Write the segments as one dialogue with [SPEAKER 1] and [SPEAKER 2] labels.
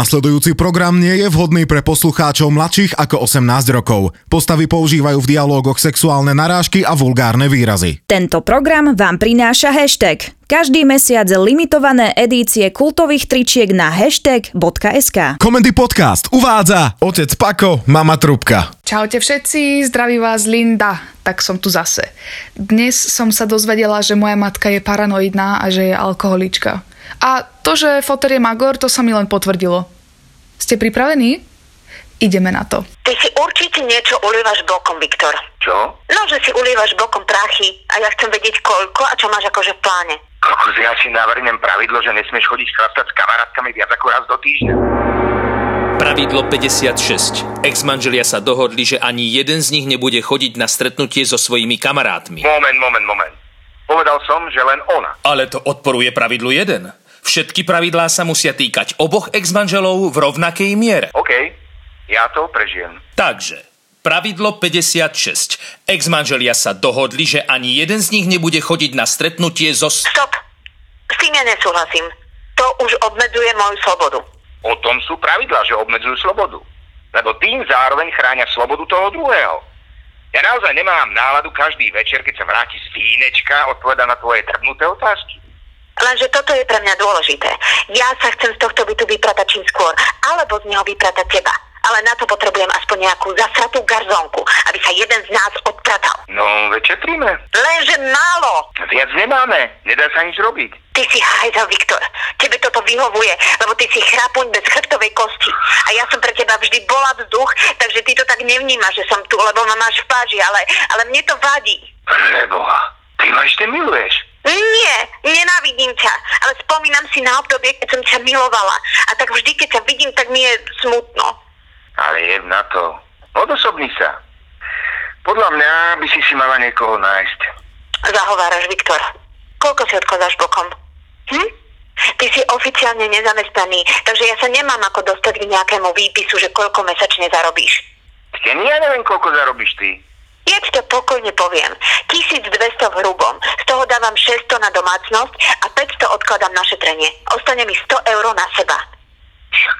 [SPEAKER 1] Nasledujúci program nie je vhodný pre poslucháčov mladších ako 18 rokov. Postavy používajú v dialógoch sexuálne narážky a vulgárne výrazy.
[SPEAKER 2] Tento program vám prináša hashtag. Každý mesiac limitované edície kultových tričiek na hashtag.sk.
[SPEAKER 1] Komendy podcast uvádza otec Pako, mama Trubka.
[SPEAKER 3] Čaute všetci, zdraví vás Linda, tak som tu zase. Dnes som sa dozvedela, že moja matka je paranoidná a že je alkoholička. A to, že Foter je magor, to sa mi len potvrdilo. Ste pripravení? Ideme na to.
[SPEAKER 4] Ty si určite niečo ulievaš bokom, Viktor.
[SPEAKER 5] Čo?
[SPEAKER 4] No, že si ulievaš bokom prachy a ja chcem vedieť koľko a čo máš akože v pláne.
[SPEAKER 5] Kokos, ja si navrhnem pravidlo, že nesmieš chodiť chlastať s kamarátkami viac ako raz do týždňa.
[SPEAKER 6] Pravidlo 56. Ex-manželia sa dohodli, že ani jeden z nich nebude chodiť na stretnutie so svojimi kamarátmi.
[SPEAKER 5] Moment, moment, moment. Povedal som, že len ona.
[SPEAKER 6] Ale to odporuje pravidlu 1. Všetky pravidlá sa musia týkať oboch ex-manželov v rovnakej miere.
[SPEAKER 5] OK, ja to prežijem.
[SPEAKER 6] Takže, pravidlo 56. Ex-manželia sa dohodli, že ani jeden z nich nebude chodiť na stretnutie so... s-
[SPEAKER 4] Stop. S tým ja nesúhlasím. To už obmedzuje moju slobodu.
[SPEAKER 5] O tom sú pravidlá, že obmedzujú slobodu. Lebo tým zároveň chránia slobodu toho druhého. Ja naozaj nemám náladu každý večer, keď sa vráti z vínečka, odpoveda na tvoje trpnuté otázky.
[SPEAKER 4] Lenže toto je pre mňa dôležité. Ja sa chcem z tohto bytu vypratať čím skôr, alebo z neho vypratať teba. Ale na to potrebujem aspoň nejakú zasratú garzónku, aby sa jeden z nás odpratal.
[SPEAKER 5] No, veď šetríme.
[SPEAKER 4] Lenže málo.
[SPEAKER 5] Viac nemáme, nedá sa nič robiť.
[SPEAKER 4] Ty si hajzel, Viktor. Tebe toto vyhovuje, lebo ty si chrapuň bez chrbtovej kosti. A ja som pre teba vždy bola vzduch, takže ty to tak nevnímaš, že som tu, lebo ma máš v páži, ale, ale mne to vadí.
[SPEAKER 5] Preboha, ty ma ešte miluješ.
[SPEAKER 4] Nie, nenávidím ťa, ale spomínam si na obdobie, keď som ťa milovala. A tak vždy, keď ťa vidím, tak mi je smutno.
[SPEAKER 5] Ale jeb na to. Odosobni sa. Podľa mňa by si si mala niekoho nájsť.
[SPEAKER 4] Zahováraš, Viktor. Koľko si odkladáš bokom? Hm? Ty si oficiálne nezamestnaný, takže ja sa nemám ako dostať k nejakému výpisu, že koľko mesačne zarobíš.
[SPEAKER 5] Ste ja neviem, koľko zarobíš ty.
[SPEAKER 4] Ja ti to pokojne poviem. 1200 v hrubom, z toho dávam 600 na domácnosť a 500 odkladám na šetrenie. Ostane mi 100 eur na seba.
[SPEAKER 5] Však,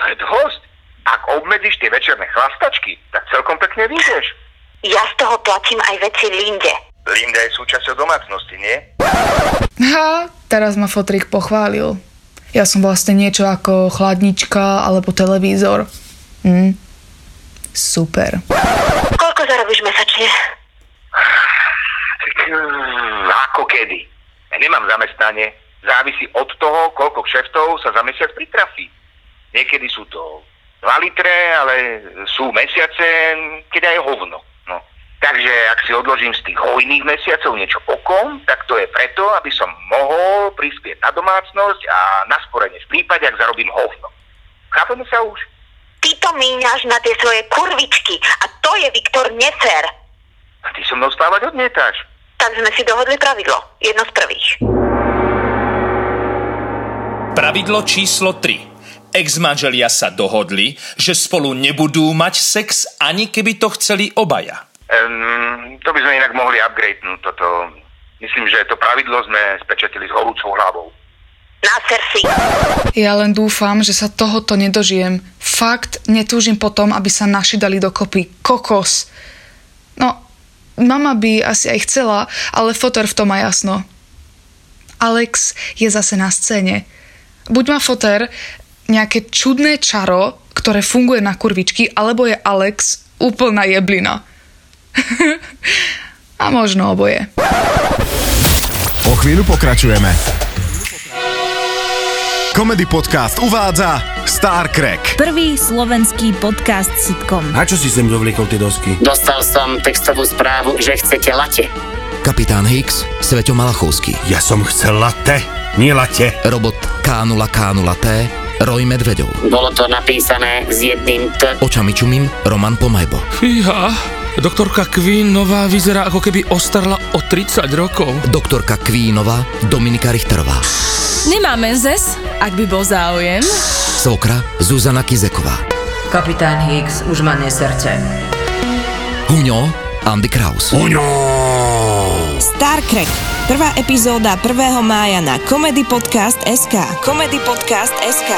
[SPEAKER 5] to je dosť. Ak obmedzíš tie večerné chlastačky, tak celkom pekne vyjdeš.
[SPEAKER 4] Ja z toho platím aj veci Linde.
[SPEAKER 5] Linda je súčasťou domácnosti, nie?
[SPEAKER 3] Ha, teraz ma Fotrik pochválil. Ja som vlastne niečo ako chladnička alebo televízor. Hm. Super.
[SPEAKER 4] Koľko zarobíš mesačne?
[SPEAKER 5] Tak, mm, ako kedy? Ja nemám zamestnanie. Závisí od toho, koľko kšeftov sa za mesiac pritrafí. Niekedy sú to 2 litre, ale sú mesiace, keď aj hovno. No. Takže ak si odložím z tých hojných mesiacov niečo okom, tak to je preto, aby som mohol prispieť na domácnosť a na sporenie v prípade, ak zarobím hovno. Chápeme sa už?
[SPEAKER 4] Ty to míňaš na tie svoje kurvičky a to je, Viktor, nefér.
[SPEAKER 5] A ty so mnou stávať odmietáš.
[SPEAKER 4] Tak sme si dohodli pravidlo. Jedno z prvých.
[SPEAKER 6] Pravidlo číslo 3. Ex-manželia sa dohodli, že spolu nebudú mať sex, ani keby to chceli obaja.
[SPEAKER 5] Um, to by sme inak mohli upgradenúť toto. Myslím, že to pravidlo sme spečetili s horúcou hlavou.
[SPEAKER 4] Na si.
[SPEAKER 3] Ja len dúfam, že sa tohoto nedožijem. Fakt netúžim potom, aby sa naši dali dokopy. Kokos. No, mama by asi aj chcela, ale Foter v tom má jasno. Alex je zase na scéne. Buď má Foter nejaké čudné čaro, ktoré funguje na kurvičky, alebo je Alex úplná jeblina. A možno oboje.
[SPEAKER 1] O chvíľu pokračujeme. Komedy podcast uvádza Star Crack.
[SPEAKER 7] Prvý slovenský podcast sitcom.
[SPEAKER 8] A čo si sem dovliekol tie dosky?
[SPEAKER 9] Dostal som textovú správu, že chcete late.
[SPEAKER 10] Kapitán Hicks, Sveto Malachovský,
[SPEAKER 8] Ja som chcel latte, nie latte.
[SPEAKER 10] robot K0K0T, Roy Medvedov,
[SPEAKER 9] Bolo to napísané s jedným T.
[SPEAKER 10] očami čumím Roman Pomajbo,
[SPEAKER 11] Fíha, doktorka Queen nová vyzerá ako keby ostarla o 30 rokov.
[SPEAKER 10] doktorka Kvínova, Dominika Richterová,
[SPEAKER 7] Nemáme zes, ak by bol záujem.
[SPEAKER 10] Svokra Zuzana Kizeková,
[SPEAKER 9] Kapitán Hicks už má neserce.
[SPEAKER 10] Huňo Andy Kraus.
[SPEAKER 7] Star Trek. Prvá epizóda 1. mája na Comedy Podcast SK. Comedy Podcast SK.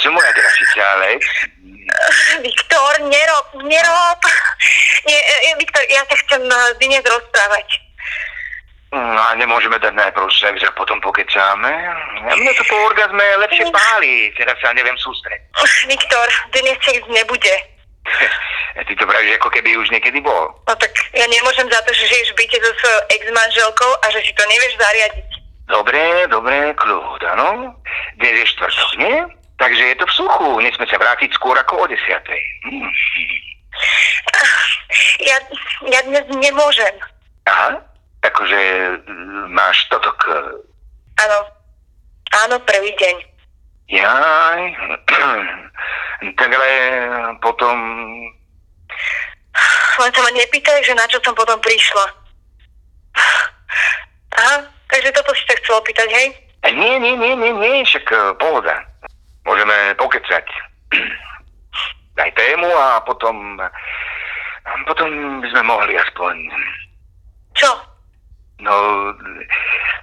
[SPEAKER 5] Mm, no lež.
[SPEAKER 4] Viktor, nerob, nerob. Nie, e, e, Viktor, ja sa chcem e, dnes rozprávať.
[SPEAKER 5] No a nemôžeme dať najprv sex a potom pokecáme. A mne to po orgazme lepšie páli, teraz sa neviem sústrediť.
[SPEAKER 4] Viktor, dnes sex nebude.
[SPEAKER 5] E, Ty to vravíš, ako keby už niekedy bol.
[SPEAKER 4] No tak ja nemôžem za to, že žiješ v byte so svojou ex-manželkou a že si to nevieš zariadiť.
[SPEAKER 5] Dobre, dobre, kľud, áno. Dnes je štvrtok, nie? Takže je to v suchu, nesme sa vrátiť skôr ako o desiatej. Hm.
[SPEAKER 4] Ja, ja dnes nemôžem.
[SPEAKER 5] Aha, akože mm, máš toto k...
[SPEAKER 4] Áno. Áno, prvý deň.
[SPEAKER 5] Jaj, tak ale potom...
[SPEAKER 4] Len sa ma nepýtaj, že na čo som potom prišla. Aha, takže toto si sa chcel opýtať, hej?
[SPEAKER 5] E, Nie, nie, nie, nie, nie, však eh, pohoda. Môžeme pokecať. Daj tému a potom... Potom by sme mohli aspoň...
[SPEAKER 4] Čo?
[SPEAKER 5] No,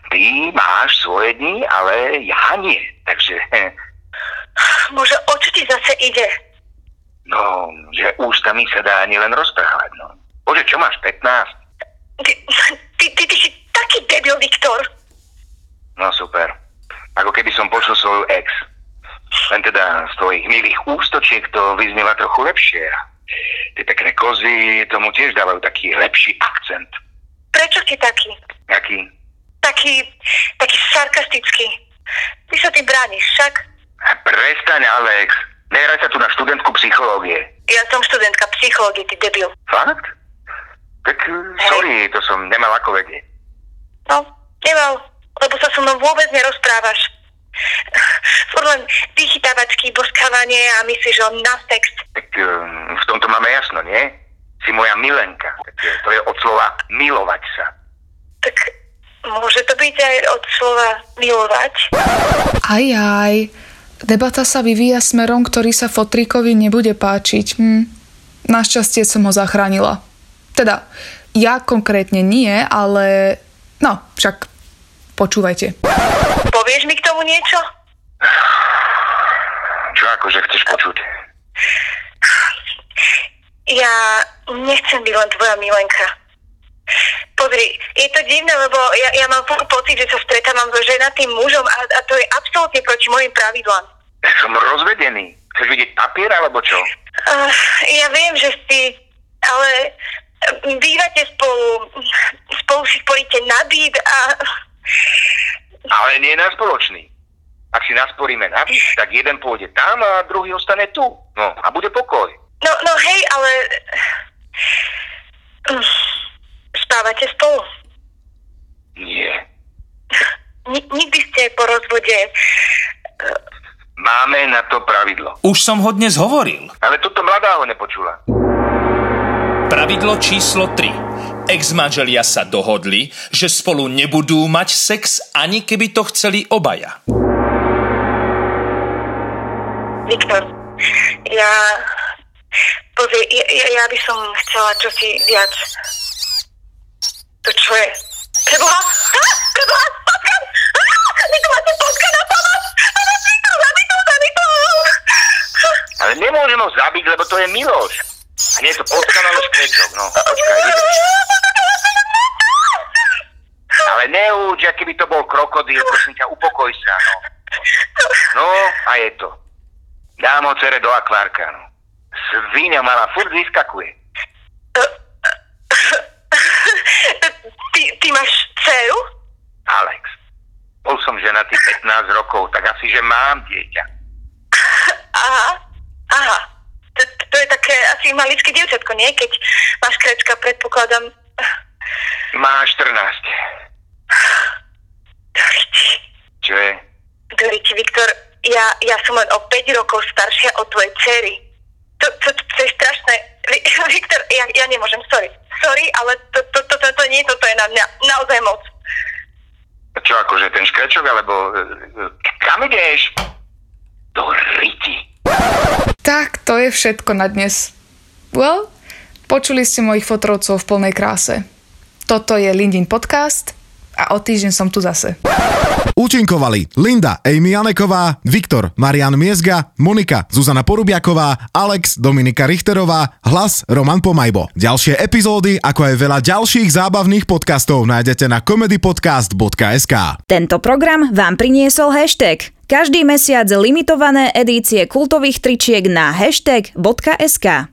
[SPEAKER 5] ty máš svoje dni, ale ja nie. Takže,
[SPEAKER 4] Bože, o čo ti zase ide?
[SPEAKER 5] no, že ústami sa dá ani len rozprávať, no. Bože, čo máš, 15?
[SPEAKER 4] Ty, ty, ty, ty si taký debil, Viktor.
[SPEAKER 5] No super. Ako keby som počul svoju ex. Len teda z tvojich milých ústočiek to vyznieva trochu lepšie. Tie pekné kozy tomu tiež dávajú taký lepší akcent.
[SPEAKER 4] Prečo si taký?
[SPEAKER 5] Jaký?
[SPEAKER 4] Taký, taký sarkastický. Ty sa tým brániš, však?
[SPEAKER 5] A Prestaň, Alex. Nehraj sa tu na študentku psychológie.
[SPEAKER 4] Ja som študentka psychológie, ty debil.
[SPEAKER 5] Fakt? Tak eh, sorry, to som nemal ako vedieť.
[SPEAKER 4] No, nemal, lebo sa so mnou vôbec nerozprávaš. Furt len vychytávačky, boskávanie a myslíš len na sex.
[SPEAKER 5] Tak eh, v tomto máme jasno, nie? Si moja milenka. Tak eh, to je od slova milovať sa.
[SPEAKER 4] Tak môže to byť aj od slova milovať.
[SPEAKER 3] Aj, aj. Debata sa vyvíja smerom, ktorý sa Fotríkovi nebude páčiť. Hm. Našťastie som ho zachránila. Teda, ja konkrétne nie, ale... No, však počúvajte.
[SPEAKER 4] Povieš mi k tomu niečo?
[SPEAKER 5] Čo akože chceš počuť?
[SPEAKER 4] Ja nechcem byť len tvoja milenka. Pozri, je to divné, lebo ja, ja mám furt pocit, že sa stretávam so ženatým mužom a, a to je absolútne proti mojim pravidlám.
[SPEAKER 5] Ja som rozvedený. Chceš vidieť papier alebo čo?
[SPEAKER 4] Uh, ja viem, že si, ale eh, bývate spolu, spolu si sporíte na byt a
[SPEAKER 5] Ale nie na spoločný. Ak si nasporíme na byt, tak jeden pôjde tam a druhý ostane tu. No a bude pokoj.
[SPEAKER 4] no, no hej, ale Mm, spávate spolu.
[SPEAKER 5] Nie.
[SPEAKER 4] Ni- nikdy ste po rozvode.
[SPEAKER 5] Máme na to pravidlo.
[SPEAKER 6] Už som ho dnes hovoril.
[SPEAKER 5] Ale toto mladá ho nepočula.
[SPEAKER 6] Pravidlo číslo 3. Ex-manželia sa dohodli, že spolu nebudú mať sex, ani keby to chceli obaja.
[SPEAKER 4] Viktor, ja... Pozri, ja, ja- ja by som chcela čosi viac. To čo je? Preboha! Á, Preboha! Potkám! Á, Vy tu máte potka na pomoc! Ale Viktor, zabij to, zabij to!
[SPEAKER 5] Ale nemôžem ho zabiť, lebo to je Miloš. A nie je to potkana, ale škrečok. No, počkaj, vydrž. Ale neúč, aký by to bol krokodíl, prosím ťa, upokoj sa, no. No, a je to. Dám ho cere do akvárka, no. Svíňa mala, furt vyskakuje.
[SPEAKER 4] Ty, ty máš dceru?
[SPEAKER 5] Alex, bol som ženatý 15 rokov, tak asi, že mám dieťa.
[SPEAKER 4] Aha, aha. To, to je také asi maličké dievčatko, nie? Keď máš krečka, predpokladám.
[SPEAKER 5] Má 14.
[SPEAKER 4] Doriči,
[SPEAKER 5] Čo je?
[SPEAKER 4] Doriči, Viktor, ja, ja som len o 5 rokov staršia od tvojej cery. To, to, to, to je strašné. Vi- Viktor, ja, ja nemôžem, sorry. Sorry, ale to, to, to, to, to nie, toto je na mňa naozaj moc.
[SPEAKER 5] Čo akože ten škrečok, alebo... e, e, Kam ideš? Do riti.
[SPEAKER 3] Tak to je všetko na dnes. Well, počuli ste mojich fotrovcov v plnej kráse. Toto je Lindin podcast A o týždeň som tu zase.
[SPEAKER 1] Účinkovali Linda, Amy Janeková, Viktor, Marian Miezga, Monika, Zuzana Porubiaková, Alex, Dominika Richterová, Hlas, Roman Pomajbo. Ďalšie epizódy, ako aj veľa ďalších zábavných podcastov nájdete na comedypodcast.sk.
[SPEAKER 2] Tento program vám priniesol hashtag. Každý mesiac limitované edície kultových tričiek na hashtag.sk.